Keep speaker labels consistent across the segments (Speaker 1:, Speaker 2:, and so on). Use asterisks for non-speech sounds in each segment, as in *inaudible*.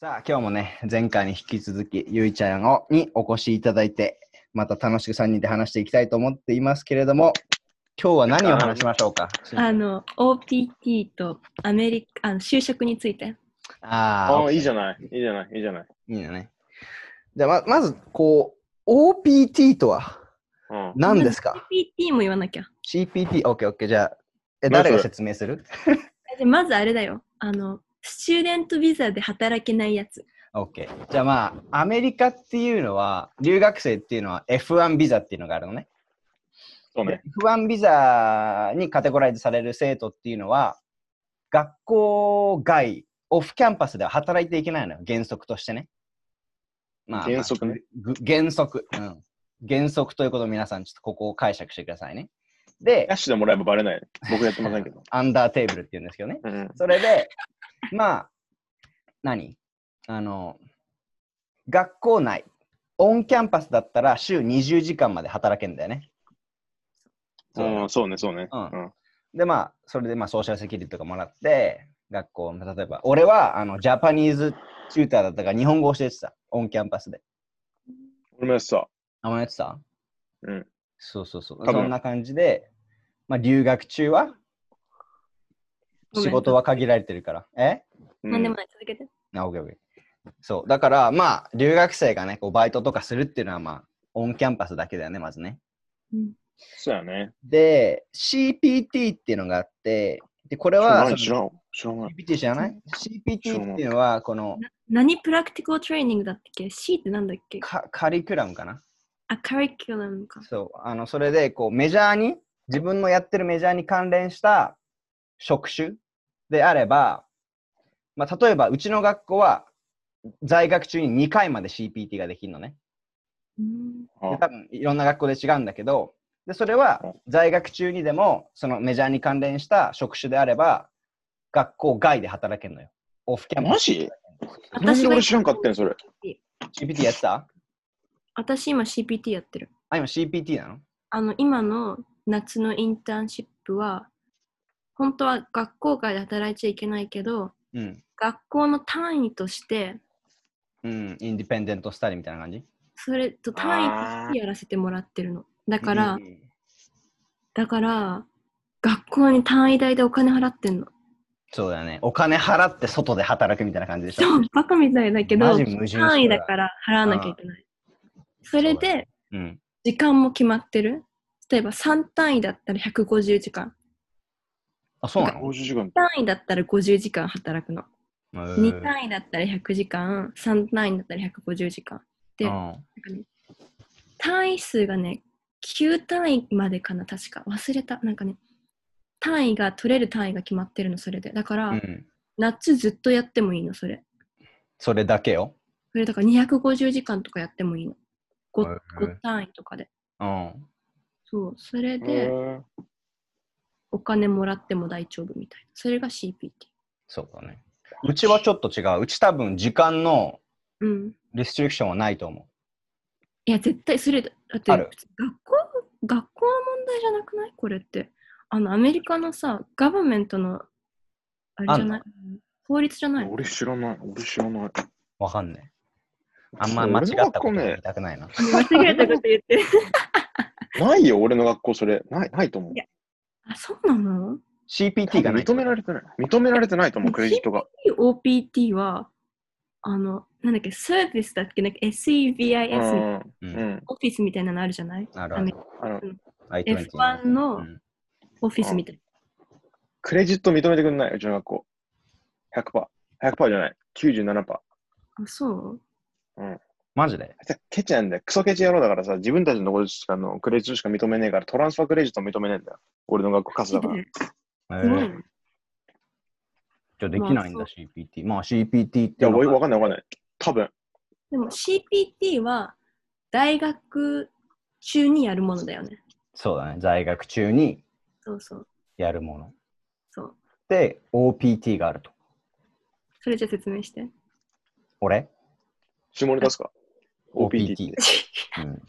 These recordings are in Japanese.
Speaker 1: さあ、今日もね、前回に引き続き、ゆいちゃんをにお越しいただいて、また楽しく3人で話していきたいと思っていますけれども、今日は何を話しましょうか
Speaker 2: あの、OPT とアメリカ、あの就職について。
Speaker 1: あ
Speaker 3: ああ、いいじゃない。いいじゃない。いいじゃない。
Speaker 1: ー、いいよね。じゃあ、ままず、こう、OPT とは
Speaker 3: うん。
Speaker 1: 何ですか
Speaker 2: OPT も言わなきゃ。
Speaker 1: ?CPT、OK、OK、じゃあ、え
Speaker 3: まず
Speaker 1: 誰が説明する
Speaker 2: でまずあれだよ。あの、スチューデントビザで働けないやつ。
Speaker 1: ?OK。じゃあまあ、アメリカっていうのは、留学生っていうのは F1 ビザっていうのがあるのね。
Speaker 3: そうね。
Speaker 1: F1 ビザにカテゴライズされる生徒っていうのは、学校外、オフキャンパスでは働いていけないのよ、原則としてね。ま
Speaker 3: 原則ね。
Speaker 1: ぐ原則。うん。原則ということを皆さん、ちょっとここを解釈してくださいね。で
Speaker 3: キャッ、シュでもらえばバレない。僕やってませんけど。
Speaker 1: アンダーテーブルって言うんですけどね。
Speaker 3: うん。
Speaker 1: それで、まあ、何あの、学校内、オンキャンパスだったら週20時間まで働けんだよね。
Speaker 3: うん、そうね、そうね。
Speaker 1: うん
Speaker 3: うん。
Speaker 1: で、まあ、それで、まあ、ソーシャルセキュリティとかもらって、学校、まあ例えば、俺は、あの、ジャパニーズチューターだったから、日本語教えてた。オンキャンパスで。
Speaker 3: 俺もやってた。
Speaker 1: あんまやってた
Speaker 3: うん。
Speaker 1: そうそうそう。
Speaker 3: 多
Speaker 1: そ
Speaker 3: 分
Speaker 1: んな感じで、まあ、留学中は、
Speaker 2: ごめん
Speaker 1: 仕事は限られてるから。え
Speaker 3: うん
Speaker 2: 何でもない、続けて。
Speaker 1: あ、オッケーオッケー。そう。だから、まあ、留学生がね、こう、バイトとかするっていうのは、まあ、オンキャンパスだけだよね、まずね。
Speaker 2: うん。
Speaker 3: そうやね。
Speaker 1: で、CPT っていうのがあって、で、これ
Speaker 3: 知ら
Speaker 1: は、
Speaker 3: ない、
Speaker 1: そ
Speaker 3: 知
Speaker 1: の
Speaker 3: らん。知らない。
Speaker 1: CPT 知らない ?CPT っていうのは、この、
Speaker 2: 何プラクティカルトレーニングだっけ ?C ってなんだっけ
Speaker 1: カカリキュラムかな
Speaker 2: あ、カリキュラムか。
Speaker 1: そう。あの、それで、こう、メジャーに、自分のやってるメジャーに関連した職種であれば、まあ、例えば、うちの学校は、在学中に2回まで CPT ができるのね。
Speaker 2: うん。
Speaker 3: あ
Speaker 1: で多分、いろんな学校で違うんだけど、で、それは
Speaker 3: うん、
Speaker 1: 在学中にでも、そのメジャーに関連した職種であれば、学校外で働けるのよ。オフキャンパ
Speaker 3: マ
Speaker 1: ス。
Speaker 3: ジなん
Speaker 2: 私
Speaker 3: で
Speaker 2: が
Speaker 3: 俺知らんかったんそれ。
Speaker 1: CPT やってた
Speaker 2: 私今 CPT やってる。
Speaker 1: あ、今 CPT なの
Speaker 2: あの、今の夏のインターンシップは、本当は学校外で働いちゃいけないけど、
Speaker 1: うん。
Speaker 2: 学校の単位として、
Speaker 1: うん。インディペンデントスタディみたいな感じ
Speaker 2: それと単位としてやらせてもらってるの。だ
Speaker 1: だ
Speaker 2: から、だから、学校に単位代でお金払っ
Speaker 1: *laughs*
Speaker 2: てんの。
Speaker 1: そうだよね。お金払って外で働くみたいな感じでしょ。
Speaker 2: そう、バカみたいだけ
Speaker 1: マ
Speaker 2: ど
Speaker 1: ジ矛盾して、るわ
Speaker 2: 単位だから払わなきゃいけない。それ
Speaker 1: そうだ
Speaker 2: で、
Speaker 1: うん。
Speaker 2: 時間も決まってる。例えば3単位だったら150時間。
Speaker 1: あ、そうなの
Speaker 3: 50時間。
Speaker 2: 単位だったら50時間働くの。
Speaker 1: へー
Speaker 2: 2単位だったら100時間。3単位だったら150時間。で
Speaker 1: うん
Speaker 2: なんかね単位数がね、9単位までかな、確か。忘れた。なんかね、単位が取れる単位が決まってるの、それで。だから、
Speaker 1: うん。
Speaker 2: 夏ずっとやってもいいの、それ。
Speaker 1: それだけよ。
Speaker 2: それだから250時間とかやってもいいの。
Speaker 1: へ
Speaker 2: 5,
Speaker 1: ー
Speaker 2: 単位とかで。
Speaker 1: うん。
Speaker 2: そう、それ
Speaker 3: へ
Speaker 2: で
Speaker 3: ー
Speaker 2: お金もらっても大丈夫みたいな。それが CPT。
Speaker 1: そうだね。うちはちょっと違う。うち多分時間の
Speaker 2: うん。
Speaker 1: リストリクションはないと思
Speaker 2: いや、絶対それだだって
Speaker 1: ある
Speaker 2: 普通学校、学校の問題じゃなくないこれって。あの、アメリカのさ、ガバメントの、あれじゃない法律じゃない
Speaker 3: 俺知らない。俺知らない。
Speaker 1: う。わかんない。あんま間違ったことは
Speaker 3: 俺の学校
Speaker 1: 言
Speaker 3: ね
Speaker 1: いたくないな。
Speaker 2: 間違えたこと言ってる。
Speaker 3: ないよ、俺の学校それ。ない、ないと思う
Speaker 2: いや。 *laughs* あ、そうなの
Speaker 1: CPT がない。
Speaker 3: 認められてない。認められてないと思う、クレジットが。
Speaker 2: ?OPT は、あの、なんだっけ、サービスだっけなんか SEVIS
Speaker 3: う。
Speaker 2: みたいなん
Speaker 1: う。
Speaker 3: うんん。
Speaker 2: オフィスみたいなのあるじゃない
Speaker 1: ある
Speaker 2: あ
Speaker 1: あ
Speaker 2: の
Speaker 1: る。
Speaker 3: あの、
Speaker 1: I-20
Speaker 2: F1
Speaker 1: う
Speaker 2: の
Speaker 1: ん
Speaker 2: オフィスみたいな。
Speaker 3: クレジット認めてくんない、うちの学校。100%。100%じゃない。97%。
Speaker 2: あ、そう
Speaker 1: マジで
Speaker 3: あいつはケチなんだよ。クソケチ野郎だからさ、自分たちのことしかあのクレジットしか認めねえから、トランスファークレジット認めねえんだよ。俺の学校カス
Speaker 2: す
Speaker 3: だ
Speaker 2: ご
Speaker 3: か
Speaker 2: い
Speaker 3: ら。
Speaker 2: ね。
Speaker 1: えーじゃあできないん
Speaker 2: ま
Speaker 1: だ
Speaker 2: あ
Speaker 1: CPT。まあ CPT ってい
Speaker 3: いや、
Speaker 1: うの
Speaker 3: わ
Speaker 1: は
Speaker 3: わかんないわかんない。多分。
Speaker 2: でも CPT は大学中にやるものだよね。
Speaker 1: そうだね。在学中に
Speaker 2: そうそう。
Speaker 1: やるもの。
Speaker 2: そう
Speaker 1: で、OPT があると。
Speaker 2: それじゃ説明して。 *laughs*
Speaker 1: 俺
Speaker 3: 下ネタですか ?OPT って。
Speaker 1: うん。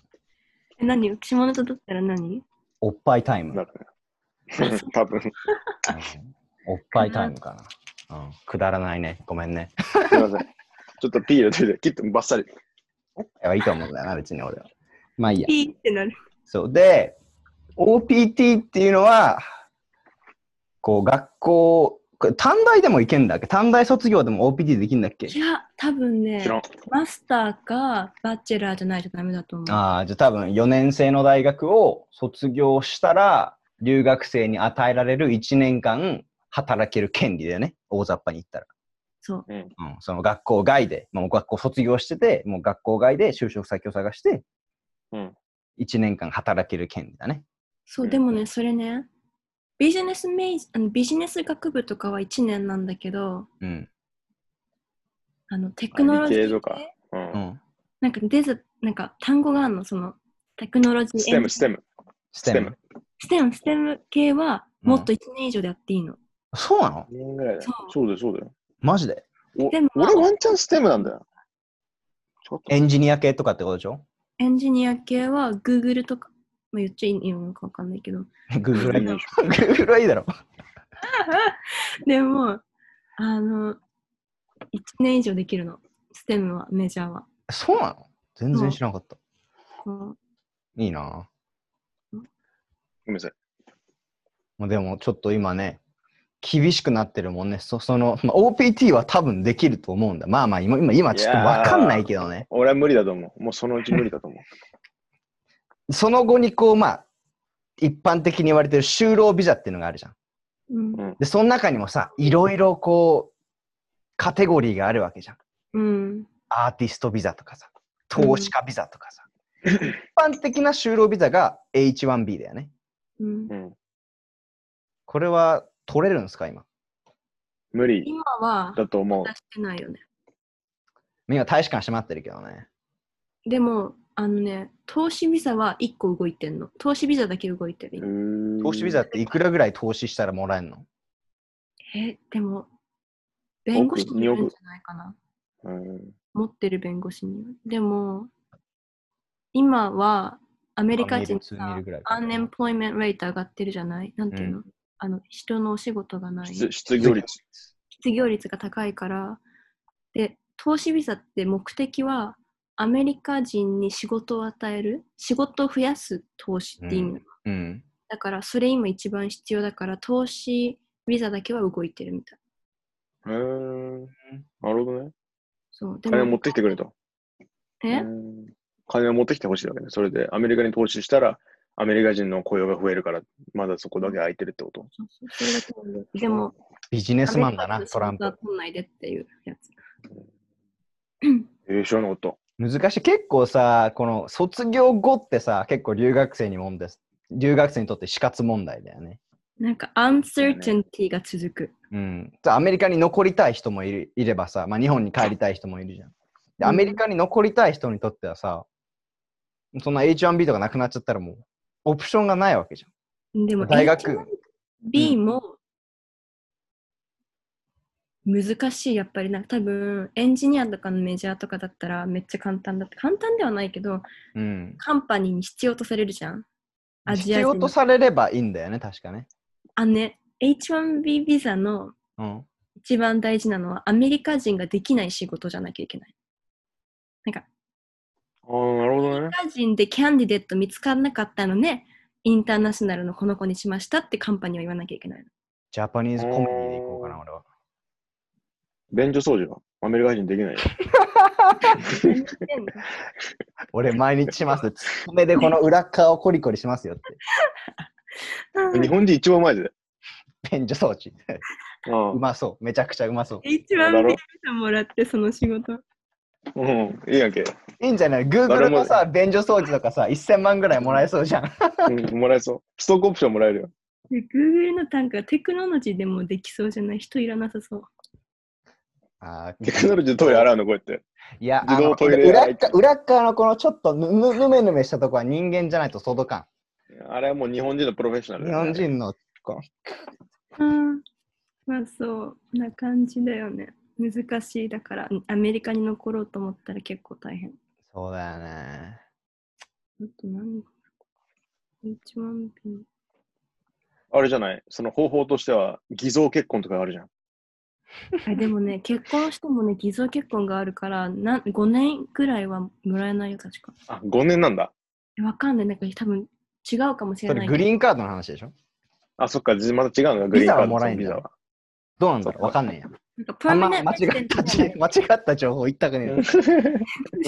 Speaker 2: え何下ネタだったら何
Speaker 1: おっぱいタイム。
Speaker 3: なるね。多分。す
Speaker 1: う
Speaker 3: い
Speaker 1: んおっぱいタイムかな。うん、くだらないね。ごめんね。
Speaker 3: ません。ちょっとピー入れといて、切ってバッサリ。
Speaker 1: いいと思うんだよな、別に俺は。まあいいや。
Speaker 2: ピーってなる。
Speaker 1: そう。で、OPT っていうのは、こう、学校、これ短大でも行けんだっけ短大卒業でも OPT できんだっけ
Speaker 2: いや、多分ね
Speaker 3: 知、らん。
Speaker 2: マスターかバチェラーじゃないとダメだと思う。
Speaker 1: ああ、じゃあ多分4年生の大学を卒業したら、留学生に与えられる1年間働ける権利だよね。大雑把に言ったら。
Speaker 2: そう。
Speaker 1: うん、その学校外で、まあ、もう学校卒業してて、もう学校外で就職先を探して、
Speaker 3: うん。
Speaker 1: 1年間働ける権利だね。
Speaker 2: そうう、
Speaker 3: ん
Speaker 2: でもね、それね、ビジネスメイあのビジネス学部とかは1年なんだけど、
Speaker 1: うん。
Speaker 2: あのテクノロジ
Speaker 3: あ理
Speaker 2: ー
Speaker 3: 系とか
Speaker 2: 系
Speaker 3: う。
Speaker 1: うんん。
Speaker 2: なんかデズ、なんか単語があるの、そのテクノロジーエン
Speaker 3: ステム、ス
Speaker 1: ス
Speaker 3: テム。テム。
Speaker 2: ステム、ステム系はもっと1年以上でやっていいの。
Speaker 1: そうなの
Speaker 3: 2年ぐらいだよ
Speaker 2: そ。
Speaker 3: そうだよ、そうだよ。
Speaker 1: マジで
Speaker 3: お
Speaker 2: でも
Speaker 3: 俺ワンチャンステムなんだよ。ちょっと。
Speaker 1: エンジニア系とかってことでしょ
Speaker 2: エンジニア系は Google とか、まあ、言っちゃいいのかわかんないけど、
Speaker 1: ?Google はいい
Speaker 3: いい
Speaker 1: だ
Speaker 3: で
Speaker 1: ろ。Google *laughs* はいいだろ。
Speaker 2: でも、あの、1年以上できるの、ステムは、メジャーは。
Speaker 1: そうなの全然知らなかった。
Speaker 2: こ
Speaker 1: いいなぁ
Speaker 3: ごめんなさい。
Speaker 1: まあ、でもちょっと今ね、厳しくなってるもんね。そその、まあ、OPT は多分できると思うんだ。まあまあ今、今、今ちょっとわかんないけどね。
Speaker 3: 俺は無理だと思う。もうそのうち無理だと思う。
Speaker 1: その後にこう、まあ、一般的に言われてる就労ビザっていうのがあるじゃん。
Speaker 2: ううん
Speaker 3: うん
Speaker 1: で、その中にもさ、いろいろこう、カテゴリーがあるわけじゃん。
Speaker 2: うん
Speaker 1: アーティストビザとかさ、投資家ビザとかさ。一般的な就労ビザが H1B だよね。
Speaker 2: うん
Speaker 3: うん。
Speaker 1: これは取れるんですか、今。
Speaker 3: 無理
Speaker 2: 今は
Speaker 3: だと思う
Speaker 2: 出。してないよね。
Speaker 1: 今、大使館閉まってるけどね。
Speaker 2: でも、あのね、投資ビザは1個動いてんの。投資ビザだけ動いてる。
Speaker 1: 投
Speaker 3: 投
Speaker 1: 資ビザっていくらぐらい投資したらもらえるの
Speaker 2: え、でも、弁護士によるんじゃないかな。
Speaker 3: うん。
Speaker 2: 持ってる弁護士による。でも、今はアメリカ人
Speaker 1: まあメールツーメー
Speaker 2: さ
Speaker 1: ルぐらい、か
Speaker 2: アンエンプロイメントレート上がってるじゃないなんていうの、
Speaker 1: う
Speaker 2: あの人のお仕事がない。
Speaker 3: 失失業率。
Speaker 2: 失業率が高いからで投資ビザって目的はアメリカ人に仕事を与える仕事を増やす投資って意味なの、
Speaker 1: うん。
Speaker 2: だからそれ今一番必要だから投資ビザだけは動いてるみたい
Speaker 3: へーなるほどね。
Speaker 2: そうで
Speaker 3: 金を持ってきてくれと。
Speaker 2: え
Speaker 3: うん金を持ってきてほしいわけね。それでアメリカに投資したら、アメリカ人の雇用が増えるから、まだそこだけ空いてるってこと。
Speaker 2: そうそうそれだけなんだでも
Speaker 1: ビジネスマンだ
Speaker 2: ア
Speaker 1: な、
Speaker 2: メリ
Speaker 1: トラン
Speaker 2: カ
Speaker 1: プ
Speaker 2: 人。の仕事は来ないでっていうやつ
Speaker 3: ええ、知らなかった。
Speaker 1: 難しい。結構さ、この卒業後ってさ、結構留学生に問題、留学生にとって死活問題だよね。
Speaker 2: なんかアンサーテンティが続く
Speaker 1: うん。さアメリカに残りたい人もいるいればさ、まあ、日本に帰りたい人もいるじゃん。で、アメリカに残りたい人にとってはさ、そんな H1B とかなくなっちゃったらもう、オプションがないわけじゃん。
Speaker 2: でも
Speaker 1: 大学
Speaker 2: B も難しいやっぱりなんか多分エンジニアとかのメジャーとかだったらめっちゃ簡単だって簡単ではないけど
Speaker 1: うん。
Speaker 2: カンパニーに必要とされるじゃんアジア
Speaker 1: 必要
Speaker 2: 人
Speaker 1: とされればいいんだよね、確かね。
Speaker 2: あね H1B ビザの
Speaker 1: うん。
Speaker 2: 一番大事なのはアメリカ人ができない仕事じゃなきゃいけないなんか
Speaker 3: ああ、なるほどね
Speaker 2: アメリ。カ人でキャンディデット見つからなかったのねインターナショナルのこの子にしましたってカンパニーは言わなきゃいけないの
Speaker 1: ジャパニーズコメディで行こうかな、俺は。
Speaker 3: 便所掃除はアメリカ人でき *laughs* ないよ。
Speaker 2: 何言ってんの
Speaker 1: 俺、毎日します。ツッコミでこの裏側をコリコリしますよって。
Speaker 3: 日本人一番うまいで。
Speaker 1: 便所装置。
Speaker 3: あ
Speaker 1: うまそう。めちゃくちゃうまそう。
Speaker 2: 一
Speaker 3: あ
Speaker 2: 番
Speaker 3: だ
Speaker 2: ビ
Speaker 3: ろ
Speaker 2: ビさもらってその仕事
Speaker 3: うん、いいやんけ。
Speaker 1: いいんじゃない ?Google
Speaker 3: 誰も
Speaker 1: のさ、便所装置とかさ、1000万ぐらいもらえそうじゃん。
Speaker 3: うん、もらえそう。ストックオプションもらえるよ。
Speaker 2: で Google の単価テクノロジーでもできそうじゃない人いらなさそう
Speaker 1: *laughs* あ
Speaker 3: テクノロジーでトイレ洗うの、こうやって。
Speaker 1: いや、あ
Speaker 3: 自動
Speaker 1: の
Speaker 3: トイレ
Speaker 1: 裏っ
Speaker 3: 入って
Speaker 1: か裏っ側のこのちょっとぬぬぬめぬめしたとこは人間じゃないと届か
Speaker 3: あれはもう日本人のプロフェッショナ
Speaker 1: ん。
Speaker 3: ル
Speaker 1: 日
Speaker 3: だよね、
Speaker 1: 本人の。
Speaker 2: うんまあそうな感じだよね難しいだからアメリカに残ろうと思ったら結構大変
Speaker 1: そうだよね。
Speaker 2: あと何 ?H1B
Speaker 3: あれじゃない、その方法としては偽造結婚とかあるじゃん。
Speaker 2: えでもね、結婚してもね、偽造結婚があるから、なん5年ぐらいはもらえないよ、確か。
Speaker 3: あ、5年なんだ。
Speaker 2: えわかんない。なんか多分違うかもしれ
Speaker 1: そ
Speaker 2: な
Speaker 1: れ
Speaker 2: い
Speaker 1: グ
Speaker 2: けど。
Speaker 1: リーンカードの話でしょ
Speaker 3: あ、そっか、じまた違うのか、グリーンカー
Speaker 1: ビザ
Speaker 3: ド
Speaker 1: はもらえん
Speaker 3: ビ
Speaker 1: だ
Speaker 3: ザは。
Speaker 1: どうなんだろ
Speaker 3: そう
Speaker 1: うわかんないや。
Speaker 2: なんかプ
Speaker 1: あ
Speaker 2: ラ
Speaker 1: ん
Speaker 2: ミ
Speaker 1: ま間違
Speaker 2: ネレ
Speaker 1: った
Speaker 2: ジ
Speaker 1: ち、
Speaker 2: デン
Speaker 1: *laughs*
Speaker 2: ト
Speaker 1: 間違った情報言ったくねえ。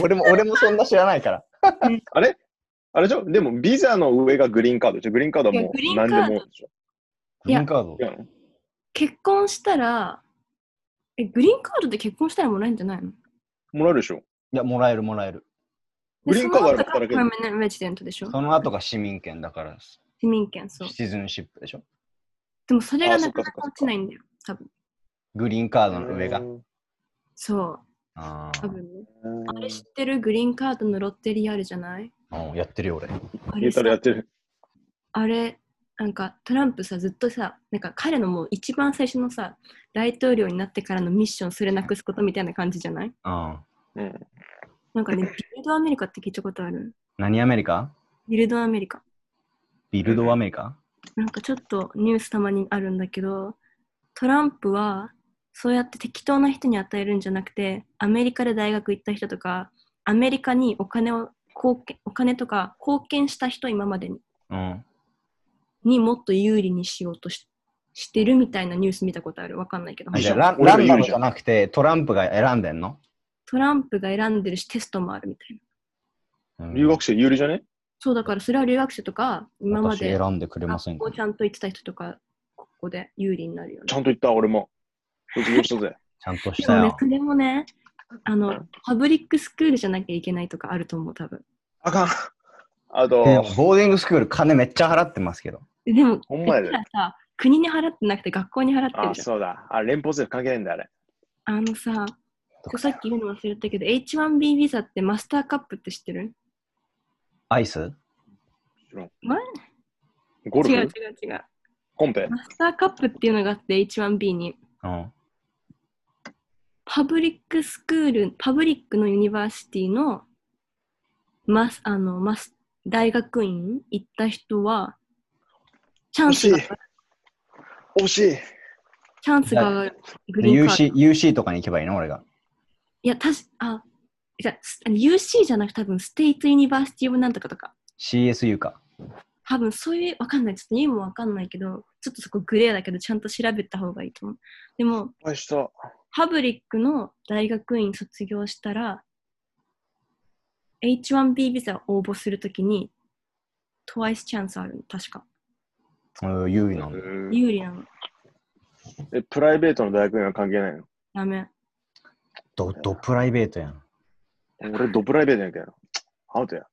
Speaker 1: 俺も、俺もそんな知らないから。
Speaker 3: *laughs* あれあれでしょでも、ビザの上がグリーンカードでしょグリーンカードはも
Speaker 2: いや
Speaker 3: う
Speaker 2: グリー
Speaker 3: 何
Speaker 2: ンカード
Speaker 3: でもでしょ
Speaker 1: グリーンカード
Speaker 3: 違。うの
Speaker 2: 結婚したら、え、グリーンカードで結婚したらもらえるんじゃないの
Speaker 3: もらえるでしょ
Speaker 1: いや、もらえるもらえる。
Speaker 3: グリーンカードある
Speaker 2: で
Speaker 3: から
Speaker 2: その後が
Speaker 3: 働け
Speaker 2: プ
Speaker 3: る
Speaker 2: ラミネレジデントでしょ
Speaker 1: その後が市民権だから、シ
Speaker 2: 市民権、そう。
Speaker 1: チズンシップでしょ
Speaker 2: でもそれが
Speaker 3: あそ
Speaker 2: な
Speaker 3: っ
Speaker 2: か
Speaker 3: かそ
Speaker 2: な
Speaker 3: っか
Speaker 2: か落ちないんだよ、多分。
Speaker 1: グリーンカードの上が
Speaker 3: う。ん
Speaker 2: そう、
Speaker 1: あー
Speaker 2: 多分ね。あれ知ってるグリーンカードのロッテリーあるじゃない
Speaker 1: うんやってるよ、俺。
Speaker 2: あ
Speaker 3: 言
Speaker 2: れ
Speaker 3: うたらや
Speaker 2: さ
Speaker 3: ってる。
Speaker 2: あれ、なんかトランプさ、ずっとさ、なんか彼のもう一番最初のさ、大統領になってからのミッションそれなくすことみたいな感じじゃない
Speaker 1: うん。
Speaker 3: うん。
Speaker 2: なんかね、ビルドアメリカって聞いたことある
Speaker 1: 何アメリカ
Speaker 2: ビルドアメリカ。
Speaker 1: ビルドアメリカ
Speaker 2: なんかちょっとニュースたまにあるんだけど、トランプはそうやって適当な人に与えるんじゃなくて、アメリカで大学行った人とか、アメリカにお金を貢献お金とか貢献した人今までに
Speaker 1: うん。
Speaker 2: にもっと有利にしようとししてるみたいなニュース見たことあるわかんないけど
Speaker 1: あじゃあ
Speaker 3: いいじゃ
Speaker 1: ラ
Speaker 3: ん
Speaker 1: ンランダ
Speaker 3: 俺ら言う
Speaker 1: ム
Speaker 3: じ
Speaker 1: じ
Speaker 3: ゃ
Speaker 1: ゃ
Speaker 3: ん
Speaker 1: なくてトランプが選んでんの、
Speaker 2: トランプが選んでるしテストもあるみたいな
Speaker 1: うん
Speaker 3: 留学生有利じゃね
Speaker 2: そうだからそれは留学生とか今ま
Speaker 1: 私
Speaker 2: で
Speaker 1: 選んでくれません
Speaker 2: 学
Speaker 1: か
Speaker 2: 校ちゃんと行ってた人とかここで有利になるよね
Speaker 3: ちゃんと言った、俺も。卒業したぜ。
Speaker 1: ちゃんとし
Speaker 2: で
Speaker 1: た
Speaker 2: もね
Speaker 1: よ、
Speaker 2: そ。れもね、あの、パブリックスクールじゃなきゃいけないとかあると思う、多分。
Speaker 3: *laughs* あかん。あと、
Speaker 1: でもボーディングスクール金めっちゃ払ってますけど。
Speaker 2: ででも、
Speaker 3: ほんまやで
Speaker 2: うちらさ、国に払ってなくて学校に払ってる
Speaker 3: あ、
Speaker 2: じゃん。
Speaker 3: そうだ。あ、連邦政府関係ないんだ、あれ。
Speaker 2: あのさ、さっき言うの忘れたけど、H1B ビザってマスターカップって知ってる
Speaker 1: アイス
Speaker 3: ゴル
Speaker 2: 違う違う
Speaker 3: フ
Speaker 2: 違う。
Speaker 3: コンペ
Speaker 2: マスターカップっていうのがあって、H1B に。
Speaker 1: うん。
Speaker 2: パブリックスクール、パブリックのユニバーシティのマスあのマス大学院行った人は、チャン
Speaker 3: 惜
Speaker 2: ス
Speaker 3: し
Speaker 2: が
Speaker 3: い
Speaker 2: 上がる、。
Speaker 3: 惜しい。
Speaker 2: チャンスが上がる。グ
Speaker 1: で
Speaker 2: リーンカード
Speaker 1: UC, UC とかに行けばいいの俺が。
Speaker 2: いや、たし、あ、じゃあすあの UC じゃなくて、多分ステイトユニバーシティオブなんとかとか、
Speaker 1: CSU か。
Speaker 2: 多分そういう、わかんない、ちょっと言うもわかんないけど、ちょっとそこグレーだけど、ちゃんと調べた方がいいと思う。でも、
Speaker 3: おいしそ
Speaker 2: パブリックの大学院卒業したら、H1B ビザを応募するときに、TWICE チャンスあるの、確か。
Speaker 1: うん、優位なん
Speaker 3: う。
Speaker 1: だ。
Speaker 3: うん
Speaker 2: 有利なの。
Speaker 3: え、プライベートの大学には関係ないの
Speaker 2: ダメ。
Speaker 1: ど、どプライベートやん。
Speaker 3: 俺、ドプライベートやんけど。アウトや。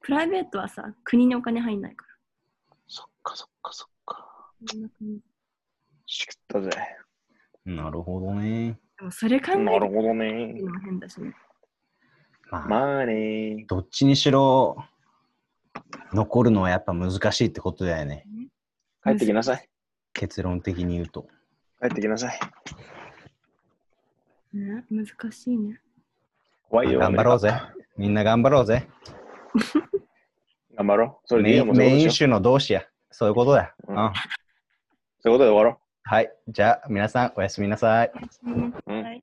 Speaker 2: プライベートはさ、国にお金入んないか
Speaker 3: そっかそっかそっか。
Speaker 2: ら。そんな感じ
Speaker 3: しくったぜ。
Speaker 1: なるほどね。
Speaker 2: でもそれ考え
Speaker 3: な
Speaker 2: て
Speaker 3: るほどね
Speaker 2: る。のも変だしね。
Speaker 1: まあ、
Speaker 3: まあね。
Speaker 1: どっちにしろ、残るのはやっぱ難しいってことだよね。
Speaker 3: 帰ってきなさい。
Speaker 1: 結論的に言うと。
Speaker 3: 帰ってきなさい。
Speaker 2: ね難しいね。
Speaker 3: 怖いよ。
Speaker 1: 頑張ろう
Speaker 3: ア
Speaker 1: ぜ。みんな頑張ろうぜ。
Speaker 3: メリカ。頑張ろう。それ
Speaker 1: メ
Speaker 3: でいい
Speaker 1: イ
Speaker 3: よ、
Speaker 1: ン
Speaker 3: もうそう
Speaker 1: メイ
Speaker 3: で
Speaker 1: ン
Speaker 3: しょ
Speaker 1: 州の同士や。そういうことだ。
Speaker 3: う
Speaker 1: うんん。
Speaker 3: そういうことで終わろう。
Speaker 1: はい。じゃあ、皆さん、おやすみなさい。
Speaker 2: うん
Speaker 3: うん
Speaker 2: はい